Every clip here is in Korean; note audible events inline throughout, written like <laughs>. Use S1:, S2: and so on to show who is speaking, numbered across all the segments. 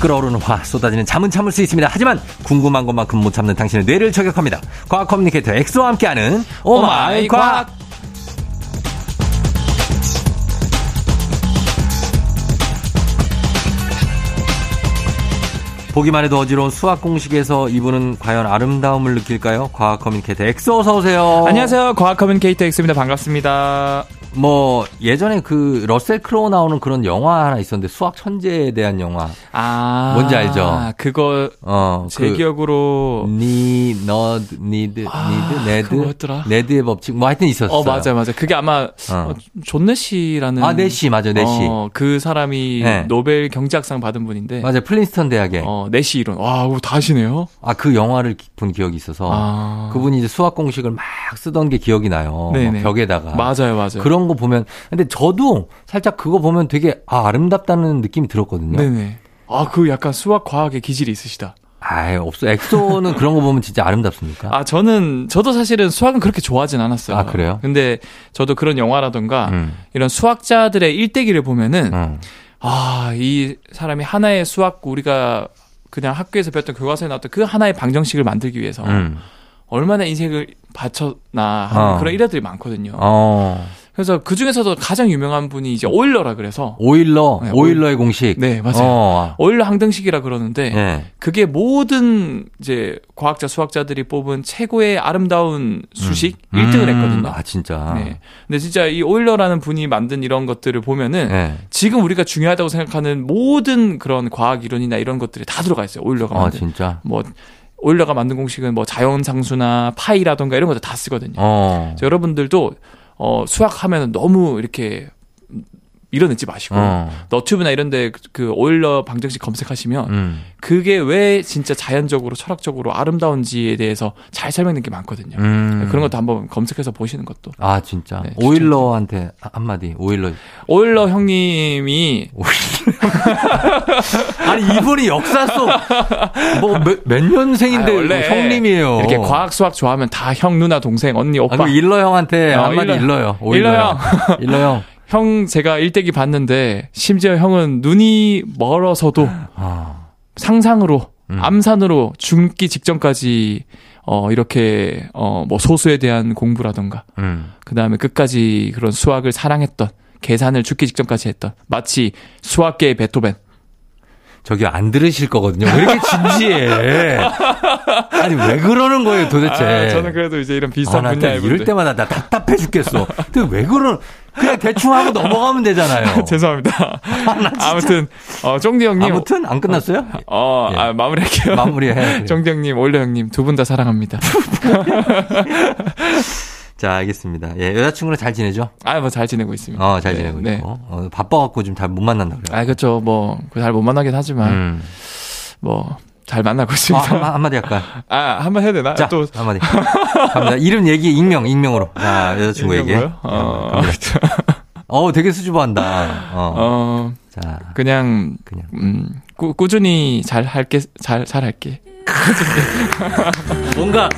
S1: 끓어오르는 화 쏟아지는 잠은 참을 수 있습니다. 하지만 궁금한 것만큼 못 참는 당신의 뇌를 저격합니다. 과학 커뮤니케이터 엑소와 함께하는 오마이 과학. 보기만 해도 어지러운 수학 공식에서 이분은 과연 아름다움을 느낄까요? 과학 커뮤니케이터 엑소 어서 오세요.
S2: 안녕하세요. 과학 커뮤니케이터 엑스입니다. 반갑습니다.
S1: 뭐 예전에 그 러셀 크로우 나오는 그런 영화 하나 있었는데 수학 천재에 대한 영화.
S2: 아.
S1: 뭔지 알죠?
S2: 그거
S1: 어,
S2: 제
S1: 그
S2: 기억으로
S1: 니, 너, 니드, 니드, 네드,
S2: 아, 그거 뭐였더라?
S1: 네드의 법칙, 뭐 하여튼 있었어요.
S2: 어, 맞아, 맞아. 그게 아마, 어, 존내시라는.
S1: 아, 네시 맞아, 네시.
S2: 어, 그 사람이
S1: 네.
S2: 노벨 경제학상 받은 분인데.
S1: 맞아, 플린스턴 대학에.
S2: 네. 어, 내시 이론. 와, 그거 다 아시네요?
S1: 아, 그 영화를 기- 본 기억이 있어서.
S2: 아.
S1: 그분이 이제 수학 공식을 막 쓰던 게 기억이 나요. 막
S2: 네네.
S1: 벽에다가.
S2: 맞아요, 맞아요.
S1: 그런 거 보면. 근데 저도 살짝 그거 보면 되게, 아, 아름답다는 느낌이 들었거든요.
S2: 네네. 아, 그 약간 수학 과학의 기질이 있으시다.
S1: 아이, 없어. 엑소는 그런 거 보면 진짜 아름답습니까?
S2: 아, 저는, 저도 사실은 수학은 그렇게 좋아하진 않았어요.
S1: 아, 그래요?
S2: 근데 저도 그런 영화라던가,
S1: 음.
S2: 이런 수학자들의 일대기를 보면은,
S1: 음.
S2: 아, 이 사람이 하나의 수학, 우리가 그냥 학교에서 배웠던 교과서에 나왔던 그 하나의 방정식을 만들기 위해서
S1: 음.
S2: 얼마나 인생을 바쳤나 하는
S1: 어.
S2: 그런 일화들이 많거든요.
S1: 어.
S2: 그래서 그 중에서도 가장 유명한 분이 이제 오일러라 그래서,
S1: 오일러,
S2: 네,
S1: 오일러의 공식.
S2: 네, 맞아요.
S1: 어.
S2: 오일러 항등식이라 그러는데,
S1: 네.
S2: 그게 모든 이제 과학자, 수학자들이 뽑은 최고의 아름다운 수식 일
S1: 음,
S2: 1등을 했거든요.
S1: 아, 진짜.
S2: 네. 근데 진짜 이 오일러라는 분이 만든 이런 것들을 보면은 <laughs>
S1: 네.
S2: 지금 우리가 중요하다고 생각하는 모든 그런 과학 이론이나 이런 것들이 다 들어가 있어요. 오일러가
S1: 아,
S2: 만든
S1: 진짜.
S2: 뭐 오일러가 만든 공식은 뭐 자연상수나 파이라던가 이런 것들 다 쓰거든요.
S1: 어.
S2: 그래서 여러분들도 어 수학하면 너무 이렇게 밀어내지 마시고
S1: 어.
S2: 너튜브나 이런데 그 오일러 방정식 검색하시면
S1: 음.
S2: 그게 왜 진짜 자연적으로 철학적으로 아름다운지에 대해서 잘 설명된 게 많거든요.
S1: 음.
S2: 네. 그런 것도 한번 검색해서 보시는 것도.
S1: 아, 진짜.
S2: 네, 추천.
S1: 오일러한테 한마디, 오일러.
S2: 오일러 형님이
S1: 아니, 이분이 역사
S2: <laughs>
S1: 속, 뭐, 몇, 몇 년생인데, 뭐
S2: 아니, 원래
S1: 형님이에요.
S2: 이렇게 과학 수학 좋아하면 다 형 누나 동생 언니
S1: 어. 아,
S2: 오빠
S1: 그 일러 형한테
S2: 어,
S1: 한마디
S2: 일러-
S1: 일러요. 오일러
S2: 일러
S1: 형.
S2: <laughs>
S1: 일러 형.
S2: 형 제가 일대기 봤는데 심지어 형은 눈이 멀어서도
S1: 아,
S2: 상상으로
S1: 음.
S2: 암산으로 죽기 직전까지 어 이렇게 어 뭐 소수에 대한 공부라던가
S1: 음.
S2: 그다음에 끝까지 그런 수학을 사랑했던 계산을 죽기 직전까지 했던 마치 수학계의 베토벤
S1: 저기 안 들으실 거거든요. 왜 이렇게
S2: <laughs>
S1: 진지해? 아니, 왜 그러는 거예요, 도대체?
S2: 아, 저는 그래도 이제 이런
S1: 아,
S2: 비슷한
S1: 나또
S2: 분야의
S1: 이럴
S2: 분들. <laughs>
S1: 때마다 나 답답해 죽겠어. 근데 왜 그런, 그냥 대충 하고 넘어가면 뭐.
S2: <laughs>
S1: 되잖아요.
S2: 죄송합니다. 아무튼 어 쫑디 형님
S1: 아무튼 안 끝났어요?
S2: 어 <laughs>
S1: 예.
S2: 아, 마무리할게요.
S1: 마무리해.
S2: <laughs> 쫑디 형님, 올려 형님 두 분 다 사랑합니다.
S1: 자, 알겠습니다. 예, 여자친구랑 잘 지내죠?
S2: 아 뭐 잘 지내고 있습니다.
S1: 어, 잘 지내고 있고.
S2: 네.
S1: 어, 바빠갖고 지금 잘 못 만난다 그래요.
S2: 아 그렇죠. 뭐 잘 못 만나긴 하지만
S1: 음.
S2: 뭐 잘 만나고
S1: 아,
S2: 있습니다.
S1: 한, 마디 할까?
S2: <laughs> 아 한번 해야 되나?
S1: 자,
S2: 또
S1: 한마디. 갑니다. 이름 얘기, 익명, 익명으로. 자, 여자친구 얘기.
S2: 이런 거요? 어,
S1: 어, 되게 수줍어한다. 어.
S2: <laughs> 어
S1: 자,
S2: 그냥
S1: 그냥.
S2: 음 꾸, 꾸준히 잘 할게 잘 잘할게.
S1: 뭔가,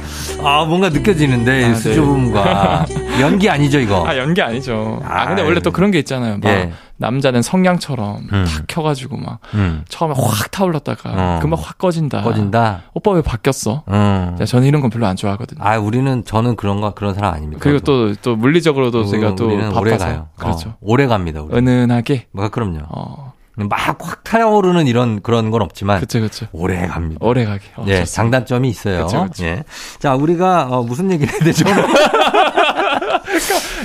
S1: 아, 뭔가 느껴지는데,
S2: 아, 네. <laughs>
S1: 수줍음과. 연기 아니죠, 이거?
S2: 아 연기 아니죠. 아,
S1: 어. 아,
S2: 근데 원래
S1: 예.
S2: 또 그런 게 있잖아요. 막
S1: 예.
S2: 남자는 성냥처럼
S1: 음.
S2: 탁 켜가지고 막
S1: 음.
S2: 처음에 확 타올랐다가
S1: 어.
S2: 금방 확 꺼진다.
S1: 꺼진다?
S2: 오빠 왜 바뀌었어?
S1: 음.
S2: 아. 자, 저는 이런 건 별로 안 좋아하거든요.
S1: 아, 우리는, 저는 그런 거, 그런 사람 아닙니다.
S2: 그리고 또 또 물리적으로도 제가 또
S1: 우리는
S2: 바빠서
S1: 오래 가요.
S2: 그렇죠.
S1: 어, 오래 갑니다, 우리.
S2: 은은하게
S1: 뭐, 그럼요.
S2: 어
S1: 막 확 타오르는 이런, 그런 건 없지만.
S2: 그쵸 그쵸
S1: 오래 갑니다.
S2: 오래 가게. 어,
S1: 예,
S2: 좋습니다.
S1: 장단점이 있어요.
S2: 그쵸, 그쵸.
S1: 예. 자, 우리가 어, 무슨 얘기를 해야
S2: <laughs>
S1: 되죠?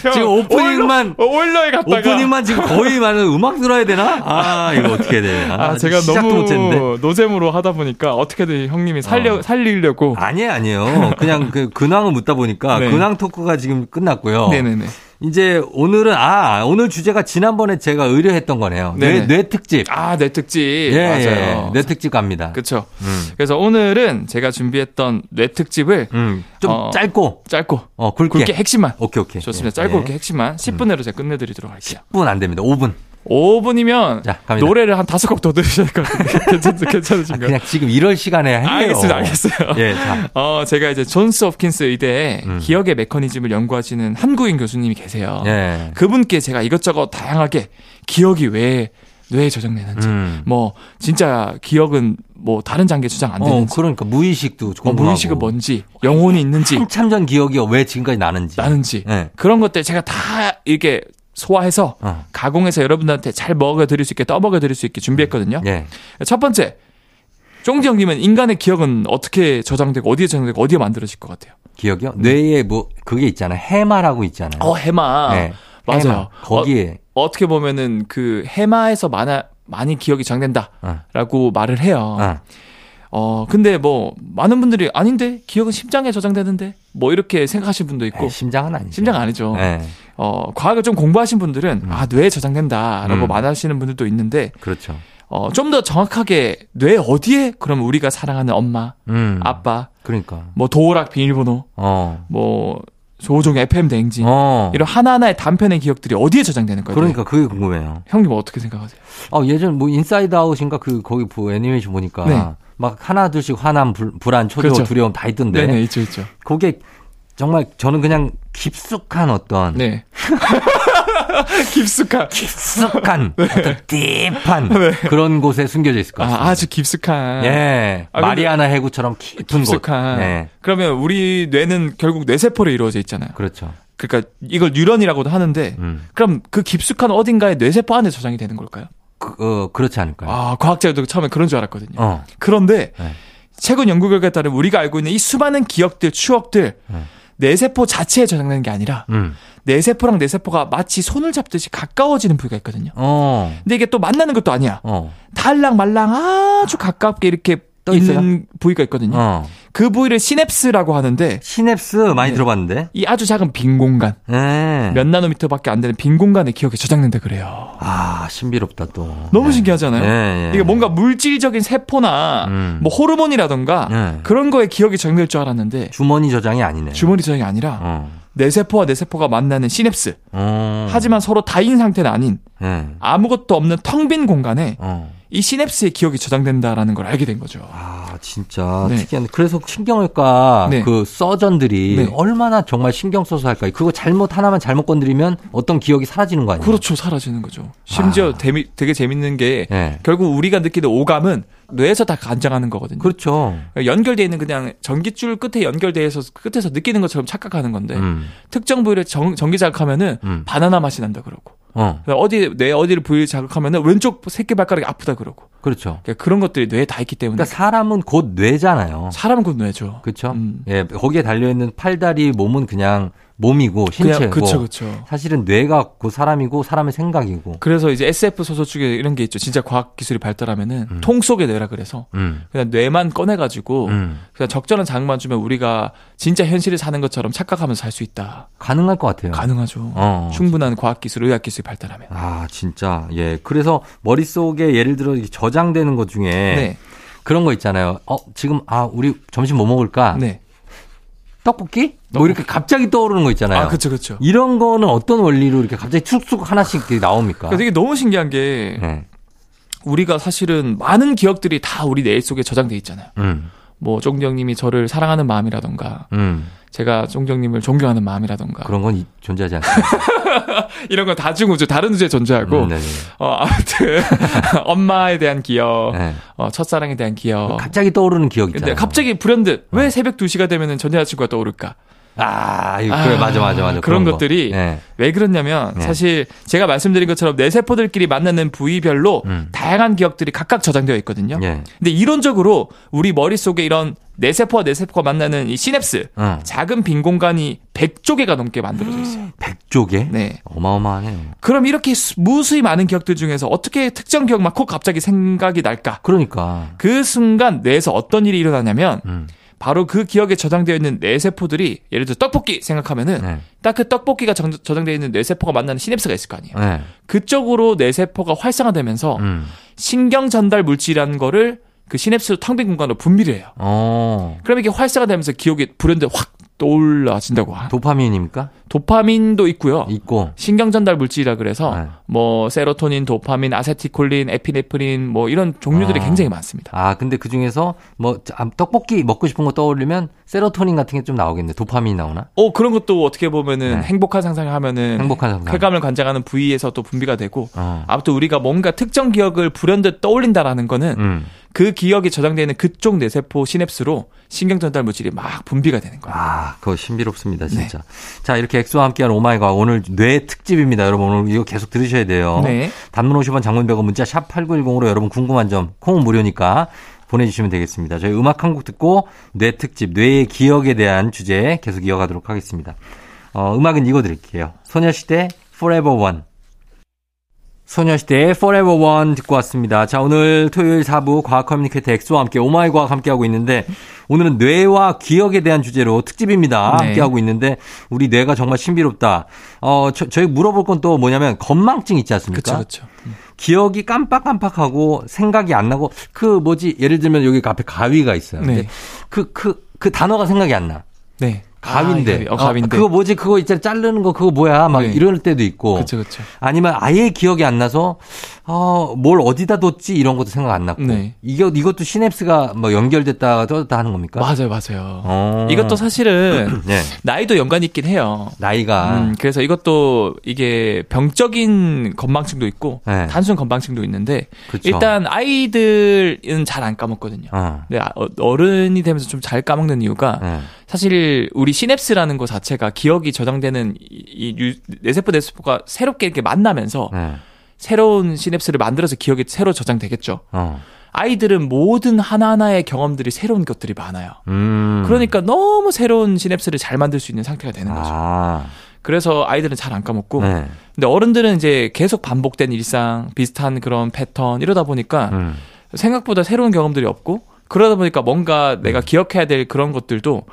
S1: 지금
S2: 형,
S1: 오프닝만-
S2: 오일러, 오일러에 어, 갔다가
S1: 오프닝만 지금 거의 많은 음악 들어야 되나? 아, 이거 어떻게 해야 되나?
S2: 아,
S1: 아직
S2: 제가
S1: 시작도
S2: 너무
S1: 못했는데.
S2: 노잼으로 하다 보니까 어떻게든 형님이 살려
S1: 어.
S2: 살리려고
S1: 아니에요, 아니에요. 그냥 그 근황을 묻다 보니까
S2: 네.
S1: 근황 토크가 지금 끝났고요.
S2: 네네네
S1: 이제 오늘은 아, 오늘 주제가 지난번에 제가 의뢰했던 거네요. 뇌,
S2: 네네.
S1: 뇌 특집.
S2: 아내 특집
S1: 예,
S2: 맞아요
S1: 예. 뇌 특집 갑니다.
S2: 그쵸
S1: 음.
S2: 그래서 오늘은 제가 준비했던 뇌 특집을
S1: 음, 좀
S2: 어. 짧고
S1: 짧고 어, 굵게.
S2: 굵게 핵심만
S1: 오케이, 오케이.
S2: 좋습니다
S1: 예, 음.
S2: 짧고
S1: 예.
S2: 굵게 핵심만 10분 내로 제가 끝내드리도록 할게요
S1: 10분 안 됩니다. 5분.
S2: 5분이면
S1: 자, 갑니다.
S2: 노래를 한 다섯 곡 더 들으셔야 될 것 같은데 <laughs> 괜찮, 괜찮으신가요?
S1: 아, 그냥 지금 이럴 시간에 해요.
S2: 네. 알겠습니다, 알겠어요.
S1: 예, 자.
S2: 어, 제가 이제 존스 홉킨스 의대에 기억의 메커니즘을 연구하시는 어. 한국인 교수님이 계세요.
S1: 음. 예.
S2: 그분께 제가 이것저것 다양하게 기억이 왜 뇌에 저장되는지
S1: 음.
S2: 뭐 진짜 기억은 뭐 다른 장기에 저장 안
S1: 어,
S2: 되는지
S1: 그러니까 무의식도
S2: 뭐
S1: 궁금하고.
S2: 무의식은 뭔지 영혼이 있는지
S1: 한참 전 기억이 왜 지금까지 나는지.
S2: 나는지
S1: 예.
S2: 그런 것들 제가 다 이렇게 소화해서
S1: 어.
S2: 가공해서 여러분들한테 잘 먹여드릴 수 있게 떠먹여드릴 수 있게 준비했거든요.
S1: 예.
S2: 첫 번째, 쫑지 형님은 인간의 기억은 어떻게 저장되고 어디에 저장되고 어디에 만들어질 것 같아요?
S1: 기억이요? 뇌에 뭐 그게 있잖아요. 해마라고 있잖아요.
S2: 음. 어 해마
S1: 네.
S2: 맞아요.
S1: 해마. 거기에
S2: 어, 떻게 보면은 그 해마에서 많아, 많이 기억이
S1: 어.
S2: 저장된다라고 말을 해요.
S1: 어.
S2: 어 근데 뭐 많은 분들이 아닌데 기억은 심장에 저장되는데 뭐 이렇게 생각하시는 분도 있고
S1: 에이, 심장은 아니죠.
S2: 심장 아니죠.
S1: 예.
S2: 어 과학을 좀 공부하신 분들은 아 뇌에 저장된다라고
S1: 음.
S2: 말하시는 분들도 있는데
S1: 그렇죠.
S2: 어 좀 더 정확하게 뇌 어디에 그럼 우리가 사랑하는 엄마,
S1: 음.
S2: 아빠,
S1: 그러니까.
S2: 뭐 도어락 비밀번호
S1: 어.
S2: 뭐 조종의 FM 대행진
S1: 어.
S2: 이런 하나하나의 단편의 기억들이 어디에 저장되는 거예요?
S1: 그러니까 그게 궁금해요.
S2: 형님 어떻게 생각하세요?
S1: 아, 예전 뭐 인사이드 아웃인가 그 거기 보 애니메이션 보니까
S2: 네.
S1: 막 하나 둘씩 화남 불, 불안 초조
S2: 그렇죠.
S1: 두려움 다 있던데.
S2: 네, 네, 있죠, 있죠.
S1: 그게 정말 저는 그냥 깊숙한 어떤
S2: 네. <laughs> 깊숙한 <laughs>
S1: 깊숙한 어떤 딥한 그런 곳에 숨겨져 있을 것 같습니다.
S2: 네. 아, 아주 깊숙한.
S1: 예.
S2: 아, 근데-
S1: 마리아나 해구처럼 깊은
S2: 깊숙한.
S1: 곳. 예.
S2: 그러면 우리 뇌는 결국 뇌세포로 이루어져 있잖아요.
S1: 그렇죠.
S2: 그러니까 이걸 뉴런이라고도 하는데
S1: 음.
S2: 그럼 그 깊숙한 어딘가에 뇌세포 안에 저장이 되는 걸까요?
S1: 그, 어, 그렇지 않을까요?
S2: 아, 과학자들도 처음에 그런 줄 알았거든요.
S1: 어.
S2: 그런데
S1: 네.
S2: 최근 연구 결과에 따르면 우리가 알고 있는 이 수많은 기억들, 추억들
S1: 네.
S2: 뇌세포 자체에 저장되는 게 아니라
S1: 음.
S2: 뇌세포랑 뇌세포가 마치 손을 잡듯이 가까워지는 부위가 있거든요.
S1: 어.
S2: 근데 이게 또 만나는 것도 아니야.
S1: 어.
S2: 달랑 말랑 아주 가깝게 이렇게
S1: 떠
S2: 있는 부위가 있거든요.
S1: 어.
S2: 그 부위를 시냅스라고 하는데
S1: 시냅스 많이
S2: 네.
S1: 들어봤는데.
S2: 이 아주 작은 빈 공간,
S1: 예.
S2: 몇 나노미터밖에 안 되는 빈 공간에 기억이 저장된다 그래요.
S1: 아, 신비롭다 또.
S2: 너무
S1: 네.
S2: 신기하잖아요.
S1: 예, 예.
S2: 이게 뭔가 물질적인 세포나
S1: 음.
S2: 뭐 호르몬이라던가
S1: 예.
S2: 그런 거에 기억이 저장될 줄 알았는데
S1: 주머니 저장이 아니네.
S2: 주머니 저장이 아니라
S1: 네. 어.
S2: 뇌세포와 뇌세포가 만나는 시냅스.
S1: 어.
S2: 하지만 서로 다인 상태는 아닌
S1: 예.
S2: 아무것도 없는 텅 빈 공간에
S1: 어.
S2: 이 시냅스의 기억이 저장된다라는 걸 알게 된 거죠.
S1: 아, 진짜
S2: 네.
S1: 특이한데. 그래서 신경외과
S2: 네.
S1: 그 서전들이
S2: 네.
S1: 얼마나 정말 신경 써서 할까요? 그거 잘못 하나만 잘못 건드리면 어떤 기억이 사라지는 거 아니에요?
S2: 그렇죠. 사라지는 거죠.
S1: 아.
S2: 심지어 데미- 되게 재밌는 게
S1: 예.
S2: 결국 우리가 느끼는 오감은 뇌에서 다 간장하는 거거든요.
S1: 그렇죠.
S2: 연결되어 있는 그냥 전기줄 끝에 연결되어 서 끝에서 느끼는 것처럼 착각하는 건데
S1: 음.
S2: 특정 부위를 정, 전기 자극하면은
S1: 음.
S2: 바나나 맛이 난다 그러고
S1: 어.
S2: 그러니까 어디 뇌 어디를 부위 자극하면은 왼쪽 새끼 발가락이 아프다 그러고
S1: 그렇죠.
S2: 그러니까 그런 것들이 뇌에 다 있기 때문에
S1: 그러니까 사람은 곧 뇌잖아요.
S2: 사람은 곧 뇌죠.
S1: 그렇죠?
S2: 음.
S1: 예, 거기에 달려 있는 팔, 다리, 몸은 그냥 몸이고 신체고. 뭐.
S2: 그쵸 그쵸.
S1: 사실은 뇌가 그 사람이고 사람의 생각이고.
S2: 그래서 이제 SF 소설 중에 이런 게 있죠. 진짜 과학 기술이 발달하면은 통 속의 뇌라 그래서
S1: 음.
S2: 그냥 뇌만 꺼내 가지고
S1: 음.
S2: 그냥 적절한 자극만 주면 우리가 진짜 현실을 사는 것처럼 착각하면서 살 수 있다.
S1: 가능할 것 같아요.
S2: 가능하죠.
S1: 네. 어.
S2: 충분한 과학 기술, 의학 기술이 발달하면.
S1: 아, 진짜. 예. 그래서 머릿속에 예를 들어 이렇게 저장되는 것 중에
S2: 네.
S1: 그런 거 있잖아요. 어, 지금 아, 우리 점심 뭐 먹을까?
S2: 네.
S1: 떡볶이? 뭐 이렇게 갑자기 떠오르는 거 있잖아요.
S2: 아, 그쵸 그쵸.
S1: 이런 거는 어떤 원리로 이렇게 갑자기 툭툭 하나씩 이렇게 나옵니까?
S2: 그러니까 이게 너무 신기한 게
S1: 네.
S2: 우리가 사실은 많은 기억들이 다 우리 뇌 속에 저장돼 있잖아요.
S1: 음.
S2: 뭐 쫑정님이 저를 사랑하는 마음이라던가
S1: 음.
S2: 제가 쫑정님을 존경하는 마음이라던가
S1: 그런 건 이- 존재하지 않습니다.
S2: 이런 건 다중우주 다른 우주에 존재하고
S1: 음, 네, 네.
S2: 어, 아무튼 <laughs> 엄마에 대한 기억,
S1: 네.
S2: 어, 첫사랑에 대한 기억.
S1: 갑자기 떠오르는 기억
S2: 근데
S1: 있잖아요. 네.
S2: 갑자기 불현듯 왜 새벽 2시가 되면은 전 여자친구가 떠오를까?
S1: 아, 이거
S2: 아,
S1: 그래 맞아 맞아 맞아.
S2: 그런
S1: 거.
S2: 것들이
S1: 네.
S2: 왜 그러냐면
S1: 네.
S2: 사실 제가 말씀드린 것처럼 뇌세포들끼리 만나는 부위별로
S1: 음.
S2: 다양한 기억들이 각각 저장되어 있거든요.
S1: 예.
S2: 근데 이론적으로 우리 머릿속에 이런 뇌세포와 뇌세포가 만나는 이 시냅스
S1: 응.
S2: 작은 빈 공간이 100조개가 넘게 만들어져
S1: 음.
S2: 있어요.
S1: 백조개?
S2: 네.
S1: 어마어마하네요.
S2: 그럼 이렇게 수- 무수히 많은 기억들 중에서 어떻게 특정 기억만 콕 갑자기 생각이 날까?
S1: 그러니까.
S2: 그 순간 뇌에서 어떤 일이 일어나냐면
S1: 음.
S2: 바로 그 기억에 저장되어 있는 뇌세포들이 예를 들어 떡볶이 생각하면은
S1: 네.
S2: 딱 그 떡볶이가 정- 저장되어 있는 뇌세포가 만나는 시냅스가 있을 거 아니에요.
S1: 네.
S2: 그쪽으로 뇌세포가 활성화되면서
S1: 음.
S2: 신경 전달 물질이라는 거를 그 시냅스로 텅빈 공간으로 분비를 해요.
S1: 어.
S2: 그럼 이게 활성화되면서 기억이 불현듯 확 떠올라진다고. 하-
S1: 도파민입니까?
S2: 도파민도 있고요.
S1: 있고.
S2: 신경 전달 물질이라 그래서
S1: 네.
S2: 뭐 세로토닌, 도파민, 아세티콜린, 에피네프린 뭐 이런 종류들이
S1: 아.
S2: 굉장히 많습니다.
S1: 아, 근데 그 중에서 뭐 아, 떡볶이 먹고 싶은 거 떠올리면 세로토닌 같은 게 좀 나오겠네. 도파민이 나오나?
S2: 어 그런 것도 어떻게 보면은
S1: 네.
S2: 행복한 상상을 하면은
S1: 행복한 상상.
S2: 네. 쾌감을 관장하는 부위에서 또 분비가 되고
S1: 어.
S2: 아무튼 우리가 뭔가 특정 기억을 불현듯 떠올린다라는 거는
S1: 음.
S2: 그 기억이 저장되는 그쪽 뇌세포 시냅스로 신경 전달 물질이 막 분비가 되는 거예요.
S1: 아, 그거 신비롭습니다, 진짜. 자, 이렇게 엑소와 함께한 오마이갓 오늘 뇌 특집입니다, 여러분. 오늘 이거 계속 들으셔야 돼요.
S2: 네.
S1: 단문 50원 장문 100원 문자 샵 8910으로 여러분 궁금한 점 콩은 무료니까 보내주시면 되겠습니다. 저희 음악 한 곡 듣고 뇌 특집, 뇌의 기억에 대한 주제 계속 이어가도록 하겠습니다. 어, 음악은 이거 드릴게요. 소녀시대 Forever One. 소녀시대의 Forever One 듣고 왔습니다. 자, 오늘 토요일 4부 과학 커뮤니케이터 엑소와 함께 오마이 과학 함께하고 있는데 오늘은 뇌와 기억에 대한 주제로 특집입니다.
S2: 네.
S1: 함께하고 있는데 우리 뇌가 정말 신비롭다. 어, 저, 저희 물어볼 건 또 뭐냐면 건망증 있지 않습니까?
S2: 그렇죠, 그렇죠.
S1: 기억이 깜빡깜빡하고 생각이 안 나고 그 뭐지 예를 들면 여기 앞에 가위가 있어요. 근데
S2: 네.
S1: 그 그 그 단어가 생각이 안 나.
S2: 네.
S1: 가위인데.
S2: 아, 가위. 어, 가위인데.
S1: 그거 뭐? 뭐지 그거 있잖아 자르는 거 그거 뭐야 막
S2: 네.
S1: 이럴 때도 있고.
S2: 그렇죠, 그렇죠.
S1: 아니면 아예 기억이 안 나서 어뭘 어디다 뒀지 이런 것도 생각 안 났고.
S2: 네.
S1: 이게 이것도 시냅스가 뭐 연결됐다 떨어졌다 하는 겁니까?
S2: 맞아요, 맞아요.
S1: 그러니까? 어.
S2: 이것도 사실은
S1: 네.
S2: 나이도 연관이 있긴 해요.
S1: 나이가
S2: 음, 그래서 이것도 이게 병적인 건망증도 있고
S1: 네.
S2: 단순 건망증도 있는데
S1: 그렇죠.
S2: 일단 아이들은 잘 안 까먹거든요.
S1: 어.
S2: 근데 아- 어- 어른이 되면서 좀 잘 까먹는 이유가
S1: 네.
S2: 사실 우리 시냅스라는 것 자체가 기억이 저장되는 이- 이 유- 뇌세포 뇌세포가 새롭게 이렇게 만나면서
S1: 네.
S2: 새로운 시냅스를 만들어서 기억이 새로 저장되겠죠.
S1: 어.
S2: 아이들은 모든 하나하나의 경험들이 새로운 것들이 많아요.
S1: 음.
S2: 그러니까 너무 새로운 시냅스를 잘 만들 수 있는 상태가 되는 거죠.
S1: 아.
S2: 그래서 아이들은 잘 안 까먹고
S1: 네.
S2: 근데 어른들은 이제 계속 반복된 일상, 비슷한 그런 패턴 이러다 보니까
S1: 음.
S2: 생각보다 새로운 경험들이 없고 그러다 보니까 뭔가
S1: 네.
S2: 내가 기억해야 될 그런 것들도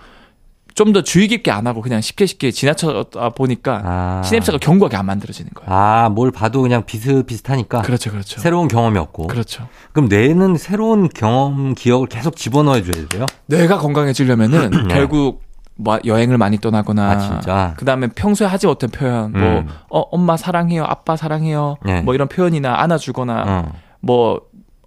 S2: 좀 더 주의 깊게 안 하고 그냥 쉽게 쉽게 지나쳐다 보니까
S1: 아.
S2: 시냅스가 견고하게 안 만들어지는 거예요.
S1: 아, 뭘 봐도 그냥 비슷비슷하니까
S2: 그렇죠, 그렇죠.
S1: 아. 새로운 경험이 없고.
S2: 그렇죠.
S1: 그럼 뇌는 새로운 경험, 기억을 계속 집어넣어 줘야 돼요?
S2: 뇌가
S1: <clears throat>
S2: 건강해지려면은 결국 뭐 여행을 많이 떠나거나
S1: 네. 아, 진짜?
S2: 그다음에 평소에 하지 못한 표현 뭐
S1: 음.
S2: 어, 엄마 사랑해요 아빠 사랑해요
S1: 예.
S2: 뭐 이런 표현이나 안아주거나
S1: 어.
S2: 뭐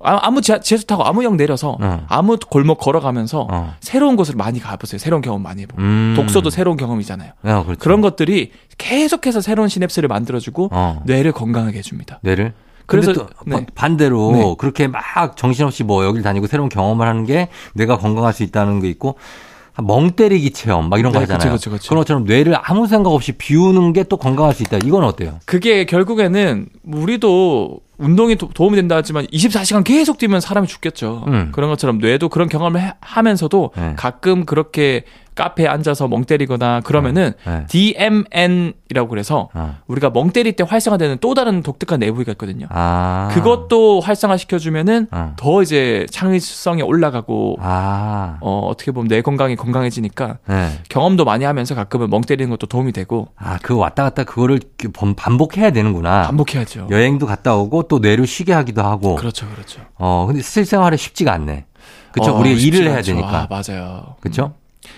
S2: 아- 아무 지하, 지하철 타고 아무 역 내려서
S1: 어.
S2: 아무 골목 걸어가면서
S1: 어.
S2: 새로운 곳을 많이 가보세요. 새로운 경험 많이 해보고
S1: 음.
S2: 아, 독서도 새로운 경험이잖아요.
S1: 어, 그렇죠.
S2: 그런 것들이 계속해서 새로운 시냅스를 만들어주고
S1: 어.
S2: 뇌를 건강하게 해줍니다.
S1: 뇌를.
S2: 그래서-
S1: 그래서 또
S2: 네.
S1: 바- 반대로
S2: 네.
S1: 그렇게 막 정신없이 뭐 여길 다니고 새로운 경험을 하는 게 뇌가 건강할 수 있다는 게 있고 아, 멍 때리기 체험 막 이런 거
S2: 네,
S1: 하잖아요.
S2: 그쵸, 그쵸, 그쵸.
S1: 런 것처럼 뇌를 아무 생각 없이 비우는 게 또 건강할 수 있다. 이건 어때요?
S2: 그게 결국에는 우리도 운동이 도, 움이 된다 하지만 24시간 계속 뛰면 사람이 죽겠죠.
S1: 음.
S2: 그런 것처럼 뇌도 그런 경험을 해- 하면서도
S1: 네.
S2: 가끔 그렇게 카페에 앉아서 멍 때리거나 그러면은
S1: 네.
S2: DMN이라고 그래서
S1: 어.
S2: 우리가 멍 때릴 때 활성화되는 또 다른 독특한 내부위가 있거든요.
S1: 아.
S2: 그것도 활성화 시켜주면은
S1: 어.
S2: 더 이제 창의성이 올라가고
S1: 아.
S2: 어, 어떻게 보면 뇌 건강이 건강해지니까
S1: 네.
S2: 경험도 많이 하면서 가끔은 멍 때리는 것도 도움이 되고
S1: 아, 그 왔다 갔다 그거를 그 번- 반복해야 되는구나.
S2: 반복해야죠.
S1: 여행도 갔다 오고 또 뇌를 쉬게 하기도 하고.
S2: 그렇죠, 그렇죠.
S1: 어, 근데 실생활에 쉽지가 않네. 그쵸?
S2: 어,
S1: 우리가
S2: 쉽지
S1: 일을 해야
S2: 않죠.
S1: 되니까.
S2: 아, 맞아요. 음.
S1: 그쵸?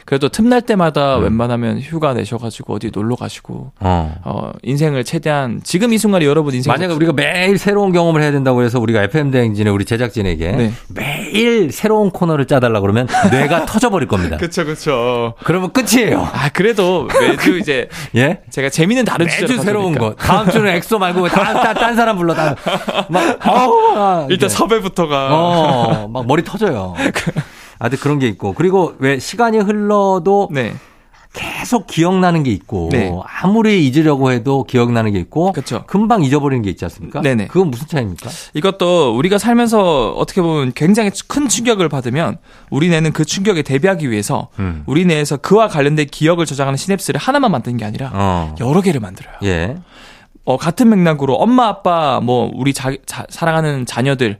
S2: 그래도 틈날 때마다
S1: 음.
S2: 웬만하면 휴가 내셔가지고 어디 놀러 가시고
S1: 어.
S2: 어, 인생을 최대한 지금 이 순간에 여러분 인생
S1: 만약에 우리가 매일 새로운 경험을 해야 된다고 해서 우리가 FM대행진에 우리 제작진에게
S2: 네.
S1: 매일 새로운 코너를 짜달라 그러면 뇌가 <laughs> 터져버릴 겁니다.
S2: 그렇죠, 그렇죠.
S1: 그러면 끝이에요.
S2: 아 그래도 매주 이제
S1: 예?
S2: 제가 재미는 다른 주제로
S1: 매주 새로운
S2: 가져오니까.
S1: 거. 다음 주는 엑소 말고 다, 다, 딴 사람 불러. 다,
S2: <laughs>
S1: 막, 아우, 아,
S2: 일단
S1: 이제.
S2: 섭외부터가
S1: 어, 막 머리 터져요. 아들 그런 게 있고. 그리고 왜 시간이 흘러도
S2: 네.
S1: 계속 기억나는 게 있고
S2: 네.
S1: 아무리 잊으려고 해도 기억나는 게 있고
S2: 그쵸.
S1: 금방 잊어버리는 게 있지 않습니까?
S2: 네네.
S1: 그건 무슨 차이입니까?
S2: 이것도 우리가 살면서 어떻게 보면 굉장히 큰 충격을 받으면 우리 뇌는 그 충격에 대비하기 위해서
S1: 음.
S2: 우리 뇌에서 그와 관련된 기억을 저장하는 시냅스를 하나만 만드는 게 아니라
S1: 어.
S2: 여러 개를 만들어요.
S1: 예.
S2: 어, 같은 맥락으로 엄마 아빠 뭐 우리 자, 자- 사랑하는 자녀들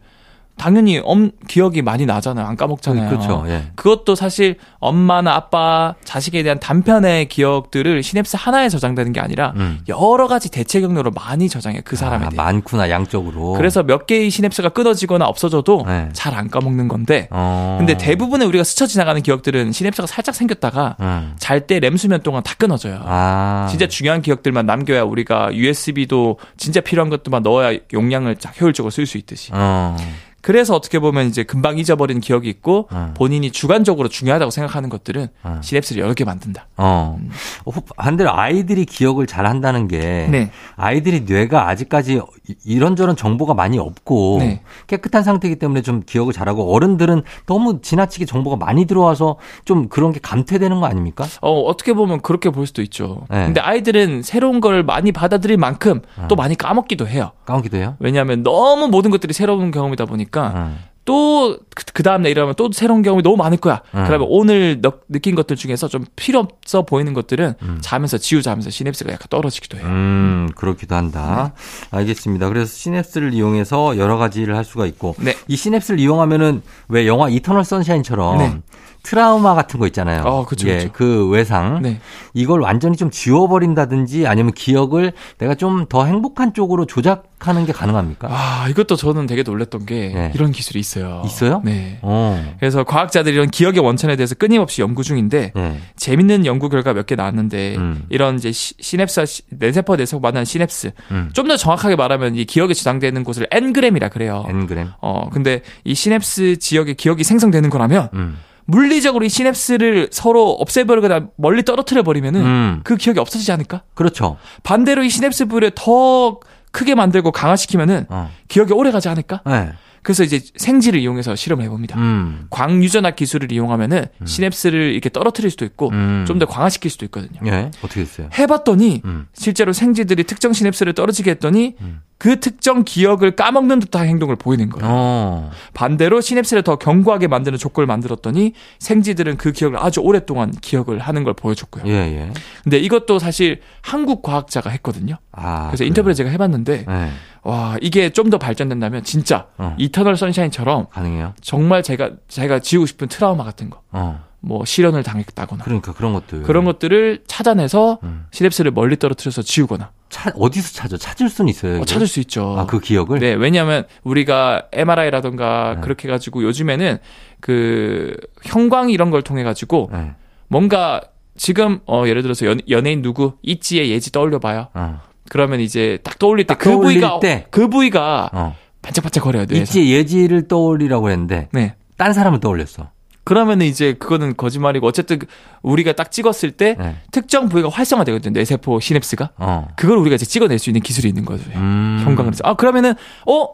S2: 당연히 엄, 기억이 많이 나잖아요. 안 까먹잖아요.
S1: 그렇죠. 예.
S2: 그것도 사실 엄마나 아빠, 자식에 대한 단편의 기억들을 시냅스 하나에 저장되는 게 아니라
S1: 음.
S2: 여러 가지 대체 경로로 많이 저장해요. 그 사람에
S1: 아,
S2: 대해.
S1: 많구나 양적으로.
S2: 그래서 몇 개의 시냅스가 끊어지거나 없어져도
S1: 어. 네.
S2: 잘 안 까먹는 건데
S1: 어.
S2: 근데 대부분의 우리가 스쳐 지나가는 기억들은 시냅스가 살짝 생겼다가
S1: 음.
S2: 잘 때 램수면 동안 다 끊어져요.
S1: 아.
S2: 진짜 중요한 기억들만 남겨야 우리가 USB도 진짜 필요한 것들만 넣어야 용량을 쫙 효율적으로 쓸 수 있듯이.
S1: 어.
S2: 그래서 어떻게 보면 이제 금방 잊어버린 기억이 있고
S1: 음.
S2: 본인이 주관적으로 중요하다고 생각하는 것들은
S1: 음.
S2: 시냅스를 여러 개 만든다.
S1: 어. 호- 반대로 아이들이 기억을 잘 한다는 게
S2: 음. 네.
S1: 아이들이 뇌가 아직까지 이- 이런저런 정보가 많이 없고
S2: 네.
S1: 깨끗한 상태이기 때문에 좀 기억을 잘하고 어른들은 너무 지나치게 정보가 많이 들어와서 좀 그런 게 감퇴되는 거 아닙니까?
S2: 어, 어떻게 보면 그렇게 볼 수도 있죠.
S1: 네.
S2: 근데 아이들은 새로운 걸 많이 받아들일 만큼 또 많이 까먹기도 해요.
S1: 까먹기도 해요.
S2: 왜냐하면 너무 모든 것들이 새로운 경험이다 보니까
S1: 음.
S2: 또 그 다음 날 일어나면 또 새로운 경험이 너무 많을 거야.
S1: 음.
S2: 그러면 오늘 느, 느낀 것들 중에서 좀 필요 없어 보이는 것들은 자면서 지우자면서 시냅스가 약간 떨어지기도 해요.
S1: 음, 그렇기도 한다.
S2: 네.
S1: 알겠습니다. 그래서 시냅스를 이용해서 여러 가지를 할 수가 있고
S2: 네.
S1: 이 시냅스를 이용하면은 왜 영화 이터널 선샤인처럼
S2: 네.
S1: 트라우마 같은 거 있잖아요.
S2: 아, 그쵸,
S1: 예,
S2: 그쵸.
S1: 그 외상
S2: 네.
S1: 이걸 완전히 좀 지워버린다든지 아니면 기억을 내가 좀 더 행복한 쪽으로 조작하는 게 가능합니까?
S2: 아 이것도 저는 되게 놀랐던 게
S1: 네.
S2: 이런 기술이 있어요.
S1: 있어요?
S2: 네.
S1: 어,
S2: 그래서 과학자들이 이런 기억의 원천에 대해서 끊임없이 연구 중인데
S1: 예,
S2: 재밌는 연구 결과 몇 개 나왔는데
S1: 음.
S2: 이런 이제 시, 시냅스와 시- 뇌세포 내에서 만나는 시냅스
S1: 음.
S2: 좀 더 정확하게 말하면 이 기억에 저장되는 곳을 엔그램이라 그래요.
S1: 엔그램.
S2: 어 근데 이 시냅스 지역에 기억이 생성되는 거라면
S1: 음.
S2: 물리적으로 이 시냅스를 서로 없애버리거나 멀리 떨어뜨려 버리면은
S1: 음,
S2: 그 기억이 없어지지 않을까?
S1: 그렇죠.
S2: 반대로 이 시냅스 부를 더 크게 만들고 강화시키면은
S1: 어,
S2: 기억이 오래 가지 않을까?
S1: 예,
S2: 그래서 이제 생지를 이용해서 실험을 해봅니다.
S1: 음,
S2: 광유전학 기술을 이용하면은 시냅스를 이렇게 떨어뜨릴 수도 있고
S1: 음.
S2: 좀 더 강화시킬 수도 있거든요.
S1: 예, 어떻게 됐어요?
S2: 해봤더니
S1: 음,
S2: 실제로 생지들이 특정 시냅스를 떨어지게 했더니
S1: 음.
S2: 그 특정 기억을 까먹는 듯한 행동을 보이는 거예요.
S1: 어,
S2: 반대로 시냅스를 더 견고하게 만드는 조건을 만들었더니 생쥐들은 그 기억을 아주 오랫동안 기억을 하는 걸 보여줬고요.
S1: 예, 예.
S2: 근데 이것도 사실 한국 과학자가 했거든요.
S1: 아,
S2: 그래서
S1: 그래요?
S2: 인터뷰를 제가 해봤는데
S1: 예,
S2: 와 이게 좀 더 발전된다면 진짜
S1: 어.
S2: 이터널 선샤인처럼
S1: 가능해요.
S2: 정말 제가 제가 지우고 싶은 트라우마 같은 거,
S1: 어,
S2: 뭐 실현을 당했다거나
S1: 그러니까 그런 것도
S2: 그런 것들을 찾아내서
S1: 음.
S2: 시냅스를 멀리 떨어뜨려서 지우거나
S1: 차, 어디서 찾아? 찾을 수는 있어요.
S2: 어,
S1: 이거?
S2: 찾을 수 있죠.
S1: 아, 그 기억을?
S2: 네, 왜냐하면 우리가 MRI라던가
S1: 네.
S2: 그렇게 해가지고 요즘에는 그 형광 이런 걸 통해 가지고
S1: 네.
S2: 뭔가 지금 어 예를 들어서 연, 연예인 누구 있지의 예지 떠올려봐요.
S1: 어,
S2: 그러면 이제 딱 떠올릴 때
S1: 딱
S2: 그
S1: 떠올릴
S2: 부위가
S1: 때.
S2: 그 부위가
S1: 어.
S2: 반짝반짝 거려요 뇌에서.
S1: 있지 예지를 떠올리라고 했는데
S2: 네.
S1: 딴 사람을 떠올렸어.
S2: 그러면 이제 그거는 거짓말이고 어쨌든 그- 우리가 딱 찍었을 때
S1: 네.
S2: 특정 부위가 활성화되거든요 뇌세포 시냅스가
S1: 어.
S2: 그걸 우리가 이제 찍어낼 수 있는 기술이 있는 거죠. 예.
S1: 음.
S2: 형광에서 아 그러면은 어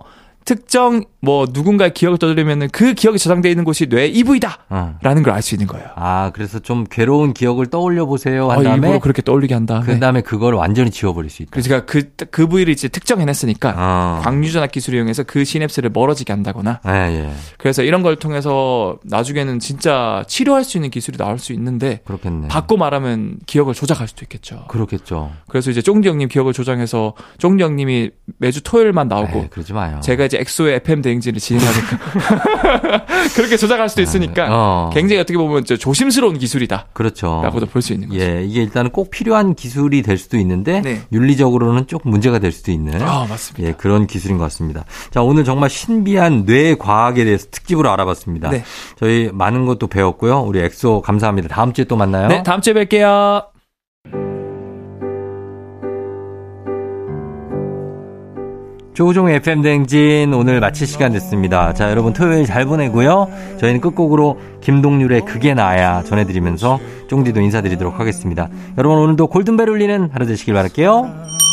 S2: 특정 뭐 누군가의 기억을 떠올리면은 그 기억이 저장되어 있는 곳이 뇌 이 부위다라는
S1: 어.
S2: 걸 알 수 있는 거예요.
S1: 아, 그래서 좀 괴로운 기억을 떠올려 보세요
S2: 어,
S1: 한
S2: 일부러
S1: 다음에
S2: 그렇게 떠올리게 한 다음에 네.
S1: 그 다음에 그걸 완전히 지워버릴 수 있다.
S2: 그래서 제가 그, 그 부위를 이제 특정해냈으니까
S1: 어.
S2: 광유전학 기술을 이용해서 그 시냅스를 멀어지게 한다거나
S1: 예, 예.
S2: 그래서 이런 걸 통해서 나중에는 진짜 치료할 수 있는 기술이 나올 수 있는데
S1: 그렇겠네.
S2: 받고 말하면 기억을 조작할 수도 있겠죠.
S1: 음. 그렇겠죠.
S2: 그래서 이제 쫑디 형님 기억을 조장해서 쫑디 형님이 매주 토요일만 나오고
S1: 에이, 예, 그러지 마요.
S2: 제가 이제 엑소의 FM 대행진을 진행하니까
S1: <laughs>
S2: 그렇게 조작할 수도 있으니까
S1: 어.
S2: 굉장히 어떻게 보면 이제 조심스러운 기술이다라고도
S1: 그렇죠.
S2: 볼 수 있는 거죠.
S1: 예, 이게 일단은 꼭 필요한 기술이 될 수도 있는데
S2: 네.
S1: 윤리적으로는 조금 문제가 될 수도 있는
S2: 아 맞습니다.
S1: 예, 그런 기술인 것 같습니다. 자, 오늘 정말 신비한 뇌 과학에 대해서 특집으로 알아봤습니다.
S2: 네.
S1: 저희 많은 것도 배웠고요. 우리 엑소 감사합니다. 다음 주에 또 만나요.
S2: 네 다음 주에 뵐게요.
S1: 조종 FM 댕진 오늘 마칠 시간 됐습니다. 자, 여러분 토요일 잘 보내고요. 저희는 끝곡으로 김동률의 그게 나야 전해드리면서 쫑디도 인사드리도록 하겠습니다. 여러분 오늘도 골든벨 울리는 하루 되시길 바랄게요.